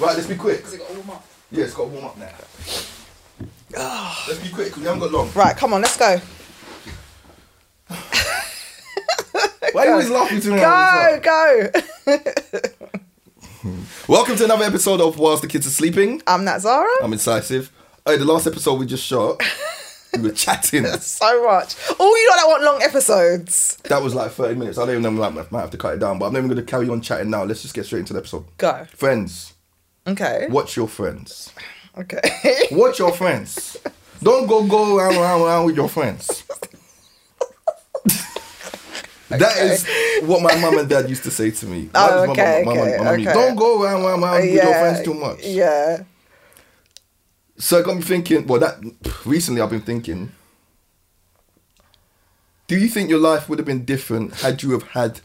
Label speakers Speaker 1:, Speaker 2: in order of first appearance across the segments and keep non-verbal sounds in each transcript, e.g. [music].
Speaker 1: Right, let's be quick.
Speaker 2: Because it got all up.
Speaker 1: Yeah, it's got to warm up now. let's be quick, 'cause we haven't got long.
Speaker 2: Right, come on, let's go.
Speaker 1: Why are you always laughing to me?
Speaker 2: Go, go. [laughs]
Speaker 1: Welcome to another episode of Whilst the Kids Are Sleeping.
Speaker 2: I'm Nat Zara.
Speaker 1: I'm incisive. Hey, the last episode we just shot, we were chatting.
Speaker 2: So much. Oh, you know that want long episodes.
Speaker 1: That was like 30 minutes. I don't even know, I might have to cut it down, but I'm not even going to carry on chatting now. Let's just get straight into the episode.
Speaker 2: Go.
Speaker 1: Friends,
Speaker 2: Okay.
Speaker 1: watch your friends.
Speaker 2: Okay.
Speaker 1: Watch your friends. Don't go go around around around with your friends. That is what my mum and dad used to say to me. That
Speaker 2: Oh,
Speaker 1: was my
Speaker 2: okay,
Speaker 1: mum- mum and-
Speaker 2: okay,
Speaker 1: mum and-
Speaker 2: okay.
Speaker 1: Don't go around around around with your friends too much.
Speaker 2: [laughs] Yeah.
Speaker 1: So it got me thinking. Well, that recently I've been thinking. Do you think your life would have been different had you have had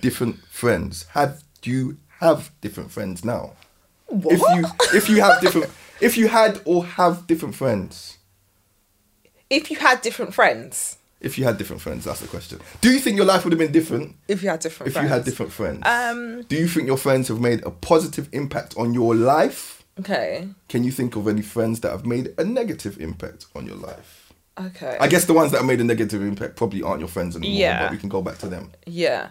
Speaker 1: different friends? Have do you have different friends now?
Speaker 2: What?
Speaker 1: If you if you have different if you had or have different friends.
Speaker 2: if you had different friends.
Speaker 1: If you had different friends, that's the question. Do you think your life would have been different
Speaker 2: If you had different
Speaker 1: if
Speaker 2: friends.
Speaker 1: you had different friends?
Speaker 2: Um.
Speaker 1: Do you think your friends have made a positive impact on your life?
Speaker 2: Okay.
Speaker 1: Can you think of any friends that have made a negative impact on your life?
Speaker 2: Okay.
Speaker 1: I guess the ones that have made a negative impact probably aren't your friends anymore,
Speaker 2: Yeah.
Speaker 1: but we can go back to them.
Speaker 2: yeah.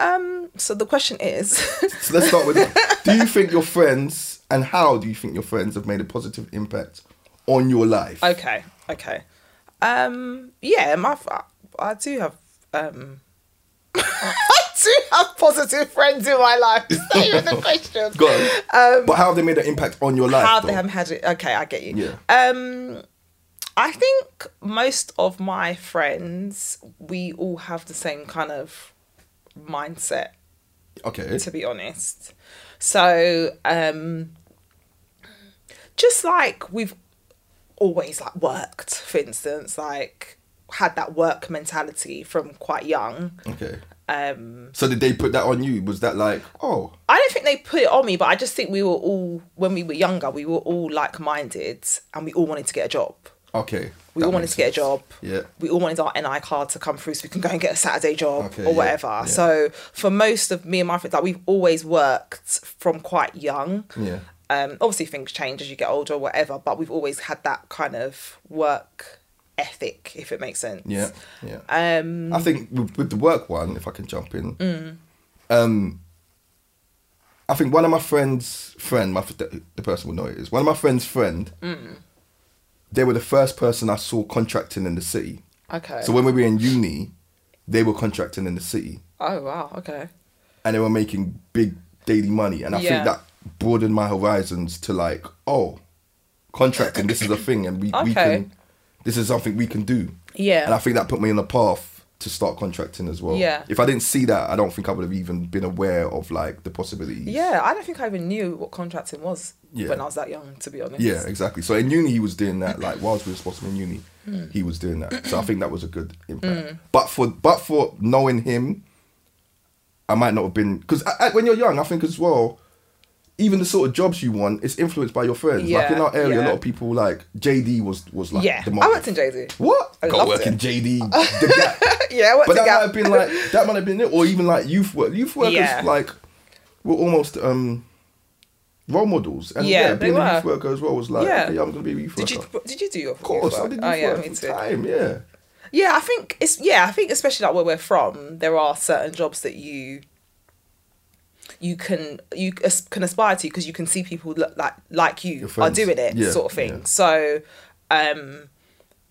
Speaker 2: Um. So the question is, [laughs]
Speaker 1: So let's start with Do you think your friends and how do you think your friends have made a positive impact on your life?
Speaker 2: okay, okay. Um. Yeah. My. f- I- I do have. Um. [laughs] I do have positive friends in my life. It's not even the question.
Speaker 1: [laughs] Go on. but how have they made an impact on your life?
Speaker 2: Um, How they
Speaker 1: though?
Speaker 2: haven't had it? Okay, I get you.
Speaker 1: Yeah.
Speaker 2: Um, I think most of my friends, we all have the same kind of mindset.
Speaker 1: Okay.
Speaker 2: To be honest, so um, just like we've always like worked, for instance, like had that work mentality from quite young.
Speaker 1: Okay.
Speaker 2: Um,
Speaker 1: So did they put that on you? Was that like, oh,
Speaker 2: I don't think they put it on me, but I just think we were all when we were younger, we were all like minded, and we all wanted to get a job.
Speaker 1: Okay.
Speaker 2: We all wanted to get a job.
Speaker 1: Yeah.
Speaker 2: We all wanted our NI card to come through so we can go and get a Saturday job
Speaker 1: Okay,
Speaker 2: or
Speaker 1: yeah,
Speaker 2: whatever.
Speaker 1: yeah.
Speaker 2: So for most of me and my friends, like we've always worked from quite young.
Speaker 1: Yeah.
Speaker 2: Um, obviously things change as you get older or whatever, but we've always had that kind of work ethic, if it makes sense.
Speaker 1: Yeah. Yeah.
Speaker 2: Um
Speaker 1: I think with, with the work one, if I can jump in,
Speaker 2: Mm.
Speaker 1: um, I think one of my friends' friend, my f- the the person will know it is one of my friends' friend.
Speaker 2: Mm.
Speaker 1: They were the first person I saw contracting in the city.
Speaker 2: okay.
Speaker 1: So when we were in uni, they were contracting in the city,
Speaker 2: oh wow, okay.
Speaker 1: and they were making big daily money. And I
Speaker 2: Yeah.
Speaker 1: think that broadened my horizons to like, oh, contracting. this is a thing, and we, we
Speaker 2: Okay.
Speaker 1: can. This is something we can do.
Speaker 2: Yeah.
Speaker 1: And I think that put me on the path to start contracting as well.
Speaker 2: Yeah.
Speaker 1: If I didn't see that, I don't think I would have even been aware of like the possibilities.
Speaker 2: yeah, I don't think I even knew what contracting was
Speaker 1: Yeah.
Speaker 2: when I was that young, to be honest.
Speaker 1: Yeah, exactly. So in uni, he was doing that. Like whilst we were responsible in uni,
Speaker 2: Mm.
Speaker 1: he was doing that. So I think that was a good impact. But for but for knowing him, I might not have been because when you're young, I think as well, even the sort of jobs you want, it's influenced by your friends. like in
Speaker 2: Yeah,
Speaker 1: our area, a
Speaker 2: yeah.
Speaker 1: lot of people like JD was was like
Speaker 2: yeah.
Speaker 1: the
Speaker 2: I
Speaker 1: model.
Speaker 2: worked in Jay Z.
Speaker 1: What?
Speaker 2: I
Speaker 1: Got
Speaker 2: loved
Speaker 1: work
Speaker 2: it.
Speaker 1: in JD. The Gap.
Speaker 2: [laughs] yeah, I worked
Speaker 1: But that
Speaker 2: in Gap.
Speaker 1: might have been like that might have been it, or even like youth work. Youth workers
Speaker 2: Yeah.
Speaker 1: like were almost um role models, and yeah,
Speaker 2: Yeah, they
Speaker 1: being a youth
Speaker 2: were.
Speaker 1: worker as well was like,
Speaker 2: Yeah.
Speaker 1: okay, I'm gonna be a youth
Speaker 2: Did
Speaker 1: worker.
Speaker 2: you did you do your
Speaker 1: of course, I did youth
Speaker 2: oh, yeah,
Speaker 1: work
Speaker 2: me
Speaker 1: full
Speaker 2: too.
Speaker 1: time. Yeah,
Speaker 2: Yeah, I think it's yeah, I think especially like where we're from, there are certain jobs that you you can you as- can aspire to because you can see people look like like you
Speaker 1: Your
Speaker 2: are
Speaker 1: friends.
Speaker 2: doing it
Speaker 1: Yeah,
Speaker 2: sort of thing.
Speaker 1: yeah.
Speaker 2: So, um,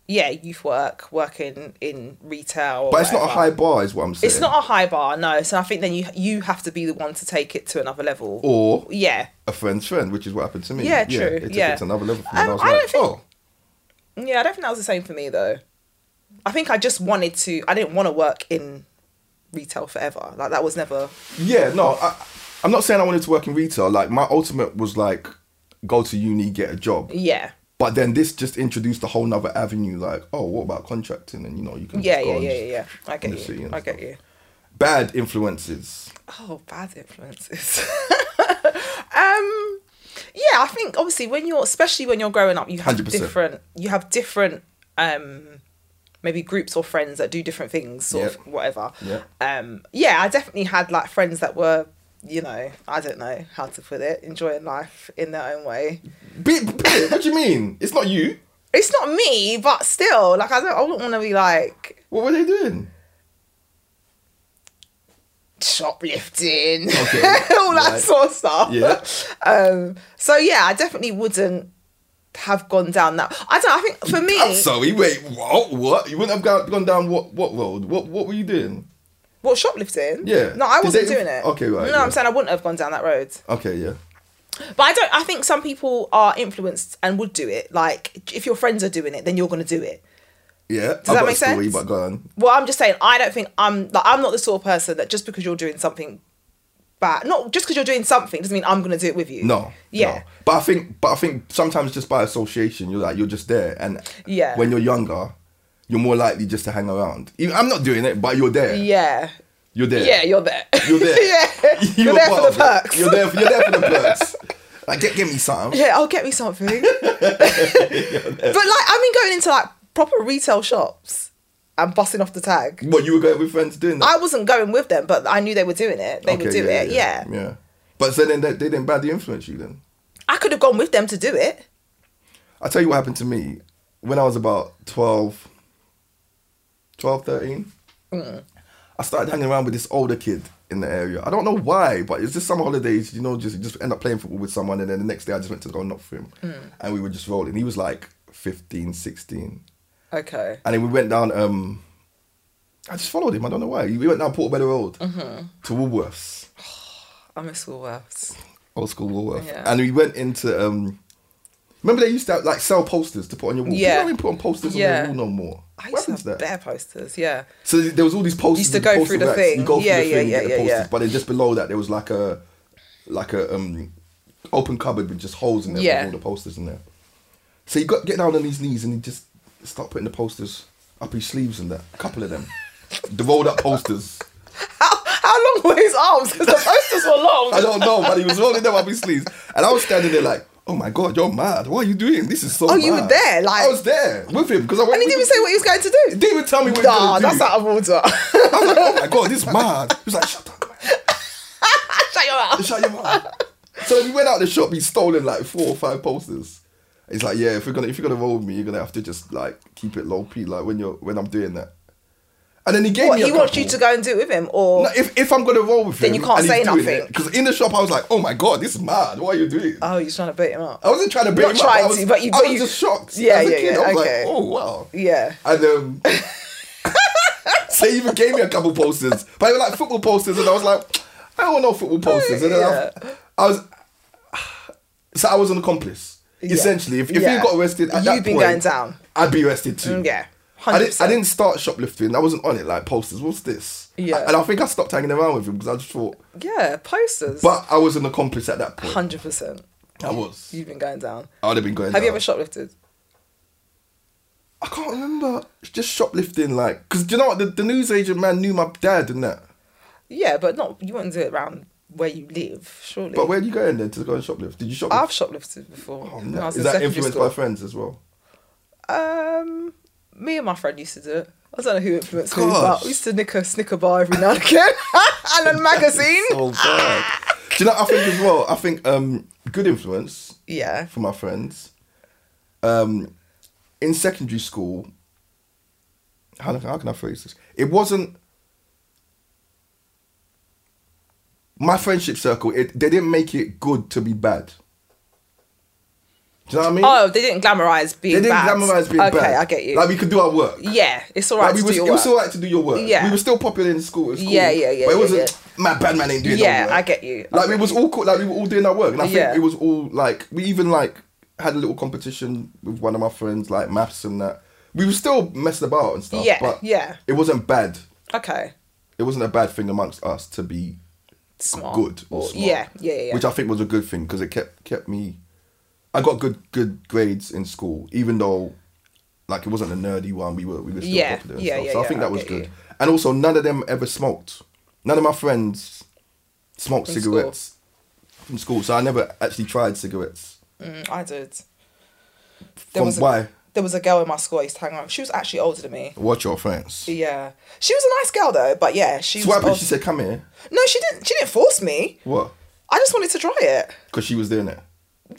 Speaker 2: yeah, youth work, working in retail, or
Speaker 1: but it's not a
Speaker 2: whatever.
Speaker 1: high bar, is what I'm saying.
Speaker 2: It's not a high bar, no. So I think then you you have to be the one to take it to another level.
Speaker 1: or
Speaker 2: yeah,
Speaker 1: a friend's friend, which is what happened to me.
Speaker 2: Yeah, true,
Speaker 1: It took
Speaker 2: yeah.
Speaker 1: it to another level for me. and
Speaker 2: Um,
Speaker 1: I was
Speaker 2: I
Speaker 1: like,
Speaker 2: don't think-
Speaker 1: oh,
Speaker 2: Yeah, I don't think that was the same for me though. I think I just wanted to. I didn't want to work in retail forever. Like that was never.
Speaker 1: yeah, no. I, I'm not saying I wanted to work in retail. Like my ultimate was like go to uni, get a job.
Speaker 2: Yeah,
Speaker 1: But then this just introduced a whole nother avenue, like, oh, what about contracting? And you know, you can
Speaker 2: yeah,
Speaker 1: just go
Speaker 2: yeah,
Speaker 1: and
Speaker 2: yeah,
Speaker 1: just
Speaker 2: yeah, yeah. I
Speaker 1: in the
Speaker 2: get
Speaker 1: city
Speaker 2: you.
Speaker 1: and
Speaker 2: I get
Speaker 1: stuff.
Speaker 2: you.
Speaker 1: bad influences.
Speaker 2: Oh, bad influences. [laughs] um, yeah, I think obviously when you're, especially when you're growing up, you have
Speaker 1: 100%.
Speaker 2: different. You have different. Um, maybe groups or friends that do different things, sort
Speaker 1: Yeah.
Speaker 2: of whatever.
Speaker 1: Yeah.
Speaker 2: Um, yeah, I definitely had like friends that were you know, I don't know how to put it, enjoying life in their own way.
Speaker 1: Bit, bit, what do you mean? It's not you.
Speaker 2: It's not me, but still, like I don't, I wouldn't want to be like
Speaker 1: What were they doing?
Speaker 2: shoplifting,
Speaker 1: Okay,
Speaker 2: [laughs] all that
Speaker 1: right.
Speaker 2: sort of stuff.
Speaker 1: Yeah.
Speaker 2: Um. So yeah, I definitely wouldn't have gone down that. I don't. I think for me,
Speaker 1: I'm sorry. Wait, what? What? You wouldn't have gone, gone down what? What road? What? What were you doing?
Speaker 2: what shoplifting?
Speaker 1: Yeah.
Speaker 2: No, I
Speaker 1: Did
Speaker 2: wasn't
Speaker 1: they-
Speaker 2: doing it.
Speaker 1: Okay, right,
Speaker 2: No,
Speaker 1: yeah.
Speaker 2: I'm saying I wouldn't have gone down that road.
Speaker 1: Okay, yeah.
Speaker 2: But I don't. I think some people are influenced and would do it. Like if your friends are doing it, then you're gonna do it.
Speaker 1: Yeah. Does
Speaker 2: that
Speaker 1: got
Speaker 2: make
Speaker 1: a story,
Speaker 2: sense?
Speaker 1: But go on.
Speaker 2: Well, I'm just saying. I don't think I'm. Like I'm not the sort of person that just because you're doing something bad, not just because you're doing something doesn't mean I'm gonna do it with you.
Speaker 1: No.
Speaker 2: Yeah.
Speaker 1: no. But I think, but I think sometimes just by association, you're like you're just there, and
Speaker 2: Yeah.
Speaker 1: when you're younger, you're more likely just to hang around. Even- I'm not doing it, but you're there.
Speaker 2: Yeah.
Speaker 1: You're there.
Speaker 2: Yeah, you're there.
Speaker 1: You're there.
Speaker 2: [laughs] yeah. You're,
Speaker 1: a
Speaker 2: there for
Speaker 1: part
Speaker 2: the
Speaker 1: of it.
Speaker 2: perks.
Speaker 1: You're there. For, you're there for the perks. Like get, get me something.
Speaker 2: [laughs] Yeah, I'll get me
Speaker 1: [laughs]
Speaker 2: something. but like, I mean, going into like proper retail shops and busting off the tag.
Speaker 1: What you were going with friends doing that?
Speaker 2: I wasn't going with them, but I knew they were doing it. They would do it. Yeah.
Speaker 1: yeah. But so then they, they didn't badly influence you then.
Speaker 2: I could have gone with them to do it.
Speaker 1: I'll tell you what happened to me when I was about 12, 12, 13.
Speaker 2: Mm.
Speaker 1: I started hanging around with this older kid in the area. I don't know why, but it's just some holidays, you know, just just end up playing football with someone. And then the next day I just went to go and knock for him.
Speaker 2: Mm.
Speaker 1: And we were just rolling. He was like 15, 16.
Speaker 2: Okay.
Speaker 1: And then we went down. Um, I just followed him. I don't know why. We went down Portobello Road
Speaker 2: Mm-hmm.
Speaker 1: to Woolworths,
Speaker 2: I miss Woolworths.
Speaker 1: old school Woolworth.
Speaker 2: Yeah.
Speaker 1: And we went into. Um, remember they used to like sell posters to put on your wall.
Speaker 2: Yeah.
Speaker 1: You don't even put on posters
Speaker 2: Yeah.
Speaker 1: on your wall no more.
Speaker 2: I
Speaker 1: What
Speaker 2: used
Speaker 1: happened
Speaker 2: to have
Speaker 1: to that?
Speaker 2: bear posters. Yeah.
Speaker 1: So there was all these posters.
Speaker 2: Used to
Speaker 1: with
Speaker 2: go
Speaker 1: poster
Speaker 2: through the
Speaker 1: racks.
Speaker 2: thing.
Speaker 1: You go through
Speaker 2: Yeah,
Speaker 1: the thing,
Speaker 2: yeah,
Speaker 1: you get
Speaker 2: yeah,
Speaker 1: the
Speaker 2: yeah, yeah.
Speaker 1: posters. But then just below that there was like a, like a um, open cupboard with just holes in there
Speaker 2: Yeah.
Speaker 1: with all the posters in there. So he got get down on his knees and he just start putting the posters up his sleeves and that. A couple of them, the rolled up posters.
Speaker 2: How, how long were his arms? Because the posters were
Speaker 1: I
Speaker 2: long.
Speaker 1: don't know, but he was rolling them up his sleeves, and I was standing there like, "Oh my god, you're mad! What are you doing? This is so."
Speaker 2: Oh, you were
Speaker 1: mad."
Speaker 2: there, like-
Speaker 1: I was there with him because I went.
Speaker 2: And he
Speaker 1: with
Speaker 2: didn't
Speaker 1: him.
Speaker 2: say what he was going to do.
Speaker 1: He didn't even tell me what he was
Speaker 2: Nah,
Speaker 1: gonna do.
Speaker 2: that's out of order.
Speaker 1: [laughs] I
Speaker 2: [laughs]
Speaker 1: was like, "Oh my god, this is mad!" He was like, "Shut up, man."
Speaker 2: Shut your mouth.
Speaker 1: Shut your mouth. So then we went out the shop. He's stolen like four or five posters. He's like, yeah, if you're gonna if you're gonna roll with me, you're gonna have to just like keep it low p. Like when you're when I'm doing that. And then he gave
Speaker 2: What,
Speaker 1: me. A
Speaker 2: he wants you to
Speaker 1: couple.
Speaker 2: go and do it with him, or
Speaker 1: No, if if I'm gonna roll with him,
Speaker 2: Then you can't say nothing.
Speaker 1: Because in the shop, I was like, oh my god, this is mad. What are you doing?
Speaker 2: oh, you're trying to beat him up.
Speaker 1: I wasn't trying to beat
Speaker 2: Not
Speaker 1: him
Speaker 2: trying
Speaker 1: up. I was,
Speaker 2: to, but you-
Speaker 1: I
Speaker 2: but
Speaker 1: was
Speaker 2: you-
Speaker 1: just shocked.
Speaker 2: Yeah,
Speaker 1: As a
Speaker 2: yeah,
Speaker 1: kid,
Speaker 2: yeah,
Speaker 1: I was
Speaker 2: okay.
Speaker 1: like, oh wow.
Speaker 2: Yeah.
Speaker 1: And um, so he even gave me a couple posters, but they were like football posters, and I was like, I don't want no football posters. And then
Speaker 2: Yeah.
Speaker 1: I, I was, so I was an accomplice.
Speaker 2: Yeah.
Speaker 1: Essentially, if, if
Speaker 2: Yeah.
Speaker 1: you got arrested at
Speaker 2: You've
Speaker 1: that
Speaker 2: been
Speaker 1: point,
Speaker 2: going down.
Speaker 1: I'd be arrested too.
Speaker 2: Mm, yeah.
Speaker 1: I didn't, I
Speaker 2: 100%.
Speaker 1: didn't start shoplifting. I wasn't on it like posters. What's this?
Speaker 2: Yeah.
Speaker 1: And I think I stopped hanging around with him because I just thought.
Speaker 2: Yeah, posters.
Speaker 1: But I was an accomplice at that point.
Speaker 2: hundred percent.
Speaker 1: I was.
Speaker 2: You've been going down.
Speaker 1: I would have been going.
Speaker 2: Have you
Speaker 1: down.
Speaker 2: ever shoplifted?
Speaker 1: I can't remember. It's Just shoplifting, like, because do you know what? The, the newsagent man knew my dad and that.
Speaker 2: Yeah, but not. You wouldn't do it around where you live, surely.
Speaker 1: But where are you going then to go and shoplift? Did you shoplift?
Speaker 2: I've shoplifted before.
Speaker 1: Oh,
Speaker 2: when
Speaker 1: no.
Speaker 2: I was
Speaker 1: Is
Speaker 2: in
Speaker 1: that
Speaker 2: secondary
Speaker 1: influenced
Speaker 2: school.
Speaker 1: by friends as well?
Speaker 2: Um, me and my friend used to do it. I don't know who influenced me,
Speaker 1: Gosh.
Speaker 2: but we used to nick a Snicker bar every now and again, [laughs] and a magazine.
Speaker 1: So bad.
Speaker 2: Ah!
Speaker 1: Do you know? what I think as well. I think um, good influence
Speaker 2: yeah.
Speaker 1: for my friends. Um, in secondary school, how, how can I phrase this? It wasn't my friendship circle. It they didn't make it good to be bad. Do you know what I mean?
Speaker 2: Oh, they didn't glamorize being
Speaker 1: They didn't
Speaker 2: bad.
Speaker 1: glamorize being
Speaker 2: okay,
Speaker 1: bad.
Speaker 2: I get you.
Speaker 1: Like we could do our work.
Speaker 2: yeah, it's all right
Speaker 1: like we
Speaker 2: to
Speaker 1: was,
Speaker 2: do your
Speaker 1: it was
Speaker 2: work.
Speaker 1: all right to do your work.
Speaker 2: Yeah.
Speaker 1: We were still popular in school. At school
Speaker 2: Yeah, yeah, yeah,
Speaker 1: But it
Speaker 2: yeah,
Speaker 1: wasn't my bad man ain't doing no
Speaker 2: Yeah,
Speaker 1: work."
Speaker 2: I get you. I
Speaker 1: Like we
Speaker 2: get
Speaker 1: was all cool, like we were all doing our work. And I think
Speaker 2: Yeah.
Speaker 1: it was all like we even like had a little competition with one of my friends, like maths and that. We were still messing about and stuff.
Speaker 2: Yeah,
Speaker 1: But
Speaker 2: yeah.
Speaker 1: It wasn't bad.
Speaker 2: Okay.
Speaker 1: It wasn't a bad thing amongst us to be
Speaker 2: Smart.
Speaker 1: good or smart.
Speaker 2: Yeah, yeah, yeah.
Speaker 1: Which I think was a good thing because it kept kept me. I got good good grades in school, even though, like, it wasn't a nerdy one. We were we were still
Speaker 2: Yeah,
Speaker 1: popular. And
Speaker 2: yeah,
Speaker 1: stuff.
Speaker 2: yeah,
Speaker 1: so I
Speaker 2: yeah,
Speaker 1: think that
Speaker 2: I
Speaker 1: was
Speaker 2: get
Speaker 1: good.
Speaker 2: you.
Speaker 1: And also, none of them ever smoked. None of my friends smoked
Speaker 2: From
Speaker 1: cigarettes from school, so I never actually tried cigarettes.
Speaker 2: Mm, I did. There
Speaker 1: From
Speaker 2: was a-
Speaker 1: why?
Speaker 2: there was a girl in my school I used to hang out. with. She was actually older than me.
Speaker 1: Watch your offense.
Speaker 2: Yeah, she was a nice girl though. But yeah, she was.
Speaker 1: So what happened?
Speaker 2: old-
Speaker 1: She said, "Come here."
Speaker 2: no, she didn't. She didn't force me.
Speaker 1: What?
Speaker 2: I just wanted to try it.
Speaker 1: Because she was doing it.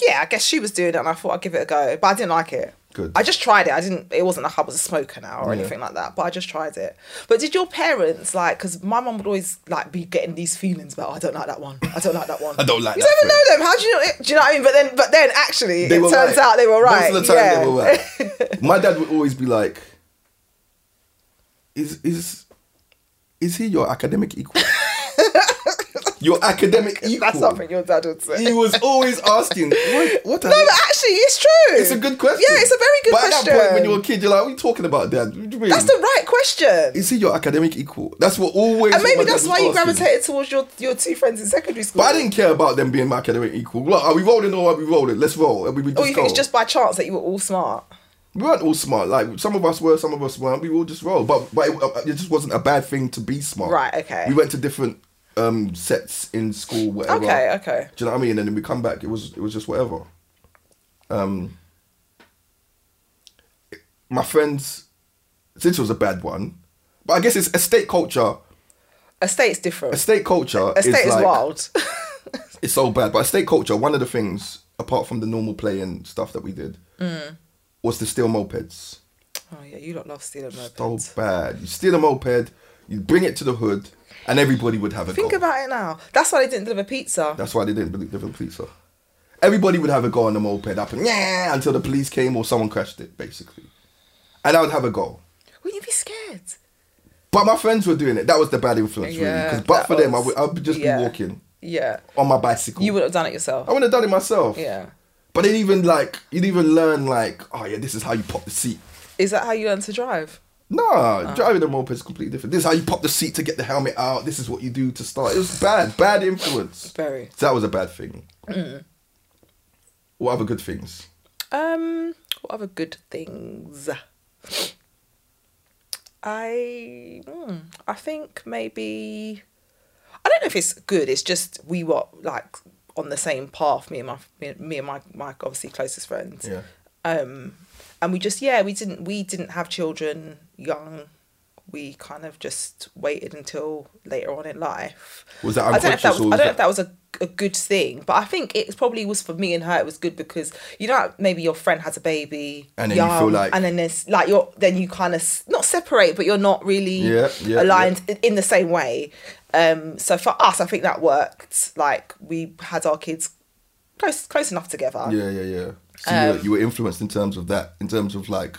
Speaker 2: Yeah, I guess she was doing it, and I thought I'd give it a go. But I didn't like it.
Speaker 1: Good.
Speaker 2: I just tried it. I didn't. It wasn't like I was a smoker now or
Speaker 1: Yeah.
Speaker 2: anything like that. But I just tried it. But did your parents like? Because my mum would always like be getting these feelings about. "Oh, I don't like that one. I don't like that one.
Speaker 1: [laughs] I don't like
Speaker 2: You
Speaker 1: that
Speaker 2: don't even know them. How do you know? It? Do you know what I mean? But then, but then actually,
Speaker 1: They
Speaker 2: it
Speaker 1: were
Speaker 2: turns
Speaker 1: right.
Speaker 2: out they were right.
Speaker 1: Most of the time
Speaker 2: yeah.
Speaker 1: they were
Speaker 2: [laughs]
Speaker 1: right. My dad would always be like, "Is is is he your academic
Speaker 2: [laughs]
Speaker 1: equal? your academic equal?"
Speaker 2: That's something your dad would say.
Speaker 1: He was always asking, "What? What?" are
Speaker 2: No,
Speaker 1: you-
Speaker 2: but actually, it's true.
Speaker 1: It's a good question.
Speaker 2: Yeah, it's a very good
Speaker 1: but
Speaker 2: question.
Speaker 1: at that point, when you're a kid, you're like, "What are you talking about, Dad? What do you mean?
Speaker 2: That's the right question.
Speaker 1: is he your academic equal?" That's what always. what my
Speaker 2: And maybe
Speaker 1: dad
Speaker 2: that's
Speaker 1: was
Speaker 2: why you
Speaker 1: asking.
Speaker 2: gravitated towards your, your two friends in secondary school.
Speaker 1: But I didn't care about them being my academic equal. Look, are we rolling or are we rolling? Let's roll. And we would
Speaker 2: Or
Speaker 1: just
Speaker 2: you think it's
Speaker 1: go.
Speaker 2: just by chance that you were all smart?
Speaker 1: we weren't all smart. Like some of us were, some of us weren't. We all just rolled, but but it, uh, it just wasn't a bad thing to be smart.
Speaker 2: Right, okay.
Speaker 1: We went to different um sets in school, whatever.
Speaker 2: Okay, okay.
Speaker 1: Do you know what I mean? And then we come back. It was it was just whatever. Um, my friends, since it was a bad one, but I guess it's estate culture.
Speaker 2: A state's different.
Speaker 1: Estate culture.
Speaker 2: A state is,
Speaker 1: like,
Speaker 2: wild.
Speaker 1: it's so bad. But estate culture, one of the things, apart from the normal play and stuff that we did,
Speaker 2: Mm.
Speaker 1: was to steal mopeds.
Speaker 2: oh yeah, you lot love stealing
Speaker 1: So
Speaker 2: mopeds.
Speaker 1: bad. You steal a moped, you bring it to the hood, and everybody would have a
Speaker 2: Think
Speaker 1: go.
Speaker 2: about it now. That's why they didn't deliver pizza.
Speaker 1: That's why they didn't believe different police. Are. Everybody would have a go on the moped up and yeah until the police came or someone crashed it, basically. And I would have a go.
Speaker 2: Wouldn't you be scared?
Speaker 1: But my friends were doing it. That was the bad influence, really.
Speaker 2: Yeah,
Speaker 1: Because but
Speaker 2: that
Speaker 1: for them, I
Speaker 2: was-
Speaker 1: would, I would just
Speaker 2: yeah.
Speaker 1: be walking
Speaker 2: Yeah,
Speaker 1: on my bicycle.
Speaker 2: you would have done it yourself.
Speaker 1: I wouldn't have done it myself.
Speaker 2: Yeah.
Speaker 1: But then even like you'd even learn like, oh yeah, this is how you pop the seat.
Speaker 2: Is that how you learn to drive?
Speaker 1: Nah,
Speaker 2: Ah.
Speaker 1: driving a moped is completely different. This is how you pop the seat to get the helmet out. This is what you do to start. It was bad, bad influence.
Speaker 2: Very.
Speaker 1: So that was a bad thing.
Speaker 2: Mm.
Speaker 1: What other good things?
Speaker 2: Um, what other good things? I hmm, I think maybe I don't know if it's good. It's just we were like on the same path. Me and my me, me and my my obviously closest friends.
Speaker 1: Yeah.
Speaker 2: Um, and we just yeah we didn't we didn't have children young. We kind of just waited until later on in life.
Speaker 1: Was that
Speaker 2: I don't know if that
Speaker 1: unconscious
Speaker 2: was,
Speaker 1: or
Speaker 2: I
Speaker 1: was
Speaker 2: don't know
Speaker 1: that-
Speaker 2: if that was a, a good thing, but I think it probably was for me and her. It was good because you know how maybe your friend has a baby,
Speaker 1: And then you feel
Speaker 2: young,
Speaker 1: like-
Speaker 2: and then there's like you're then you kind of not separate, but you're not really
Speaker 1: Yeah, yeah,
Speaker 2: aligned i- in the same way. Um, so for us, I think that worked. Like we had our kids close close enough together.
Speaker 1: Yeah, yeah, yeah. So you,
Speaker 2: Um,
Speaker 1: were, you were influenced in terms of that, in terms of like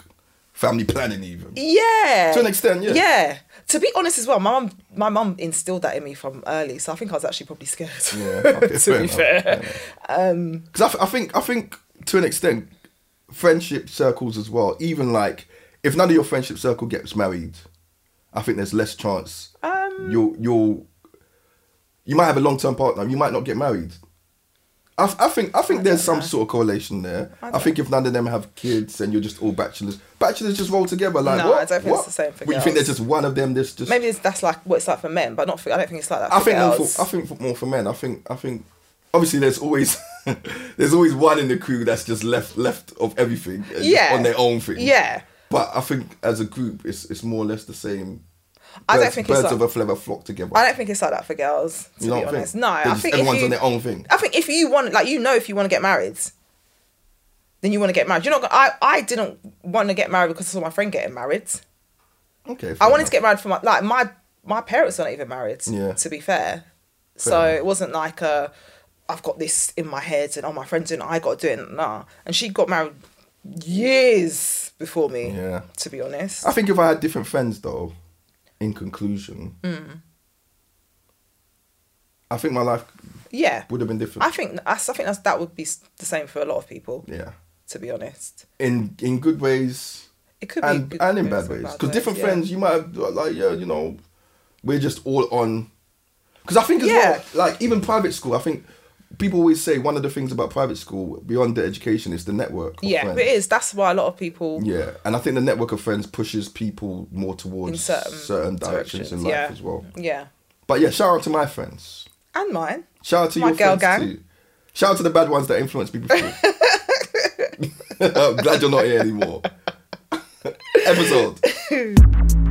Speaker 1: family planning, even.
Speaker 2: Yeah.
Speaker 1: To an extent, yeah.
Speaker 2: Yeah. To be honest as well, my mum my mum instilled that in me from early, so I think I was actually probably scared. [laughs]
Speaker 1: Yeah, okay,
Speaker 2: to
Speaker 1: fair
Speaker 2: be
Speaker 1: enough,
Speaker 2: fair.
Speaker 1: Because I, th- I think I think to an extent, friendship circles as well. Even like if none of your friendship circle gets married, I think there's less chance
Speaker 2: Um,
Speaker 1: you'll you'll you might have a long term partner. You might not get married. I, f- I think I think there's some sort of correlation there. I, think if none of them have kids and you're just all bachelors, bachelors just roll together. Like
Speaker 2: No,
Speaker 1: what?
Speaker 2: I don't think it's
Speaker 1: What?
Speaker 2: the same for
Speaker 1: Well, you think
Speaker 2: girls.
Speaker 1: there's just one of them that's just
Speaker 2: Maybe it's, that's like what it's like for men, but not for, I don't think it's like that. For
Speaker 1: I think more
Speaker 2: girls.
Speaker 1: for, I think for- more for men. I think I think obviously there's always [laughs] there's always one in the crew that's just left left of everything and just
Speaker 2: Yeah.
Speaker 1: on their own thing.
Speaker 2: Yeah.
Speaker 1: But I think as a group it's it's more or less the same.
Speaker 2: I don't
Speaker 1: Birds-
Speaker 2: think it's
Speaker 1: birds
Speaker 2: like-
Speaker 1: of a feather flock together.
Speaker 2: I don't think it's like that for girls. To
Speaker 1: You
Speaker 2: be
Speaker 1: don't think?
Speaker 2: honest, no.
Speaker 1: They're
Speaker 2: I
Speaker 1: just-
Speaker 2: think if
Speaker 1: everyone's
Speaker 2: you-
Speaker 1: on their own thing.
Speaker 2: I think if you want, like, you know, if you want to get married, then you want to get married. You're not. gonna- I I didn't want to get married because I saw my friend getting married.
Speaker 1: okay.
Speaker 2: I wanted to get married for my like my my parents are not even married.
Speaker 1: Yeah.
Speaker 2: To be fair, so
Speaker 1: enough.
Speaker 2: it wasn't like a I've got this in my head and oh my friend's doing it, I got to do it. Nah, and she got married years before me.
Speaker 1: Yeah.
Speaker 2: To be honest.
Speaker 1: I think if I had different friends though, in conclusion,
Speaker 2: Hmm.
Speaker 1: I think my life
Speaker 2: yeah.
Speaker 1: would have been different.
Speaker 2: I think that's, I think that's, that would be s- the same for a lot of people.
Speaker 1: yeah.
Speaker 2: To be honest,
Speaker 1: In in good ways,
Speaker 2: it could
Speaker 1: and
Speaker 2: be good
Speaker 1: and in
Speaker 2: ways
Speaker 1: bad
Speaker 2: or
Speaker 1: ways because different
Speaker 2: yeah.
Speaker 1: friends you might have like yeah you know we're just all on because I think as
Speaker 2: Yeah.
Speaker 1: well like even private school I think people always say one of the things about private school beyond the education is the network of
Speaker 2: Yeah,
Speaker 1: friends.
Speaker 2: it is. That's why a lot of people.
Speaker 1: yeah and I think the network of friends pushes people more towards
Speaker 2: In
Speaker 1: certain,
Speaker 2: certain
Speaker 1: directions, in
Speaker 2: directions,
Speaker 1: life
Speaker 2: yeah.
Speaker 1: as well
Speaker 2: Yeah,
Speaker 1: but yeah shout out to my friends
Speaker 2: and mine.
Speaker 1: shout out to
Speaker 2: My
Speaker 1: your
Speaker 2: girl
Speaker 1: friends
Speaker 2: gang.
Speaker 1: too
Speaker 2: [laughs]
Speaker 1: [laughs] shout out to the bad ones that influenced me before I'm glad you're not here anymore [laughs] episode.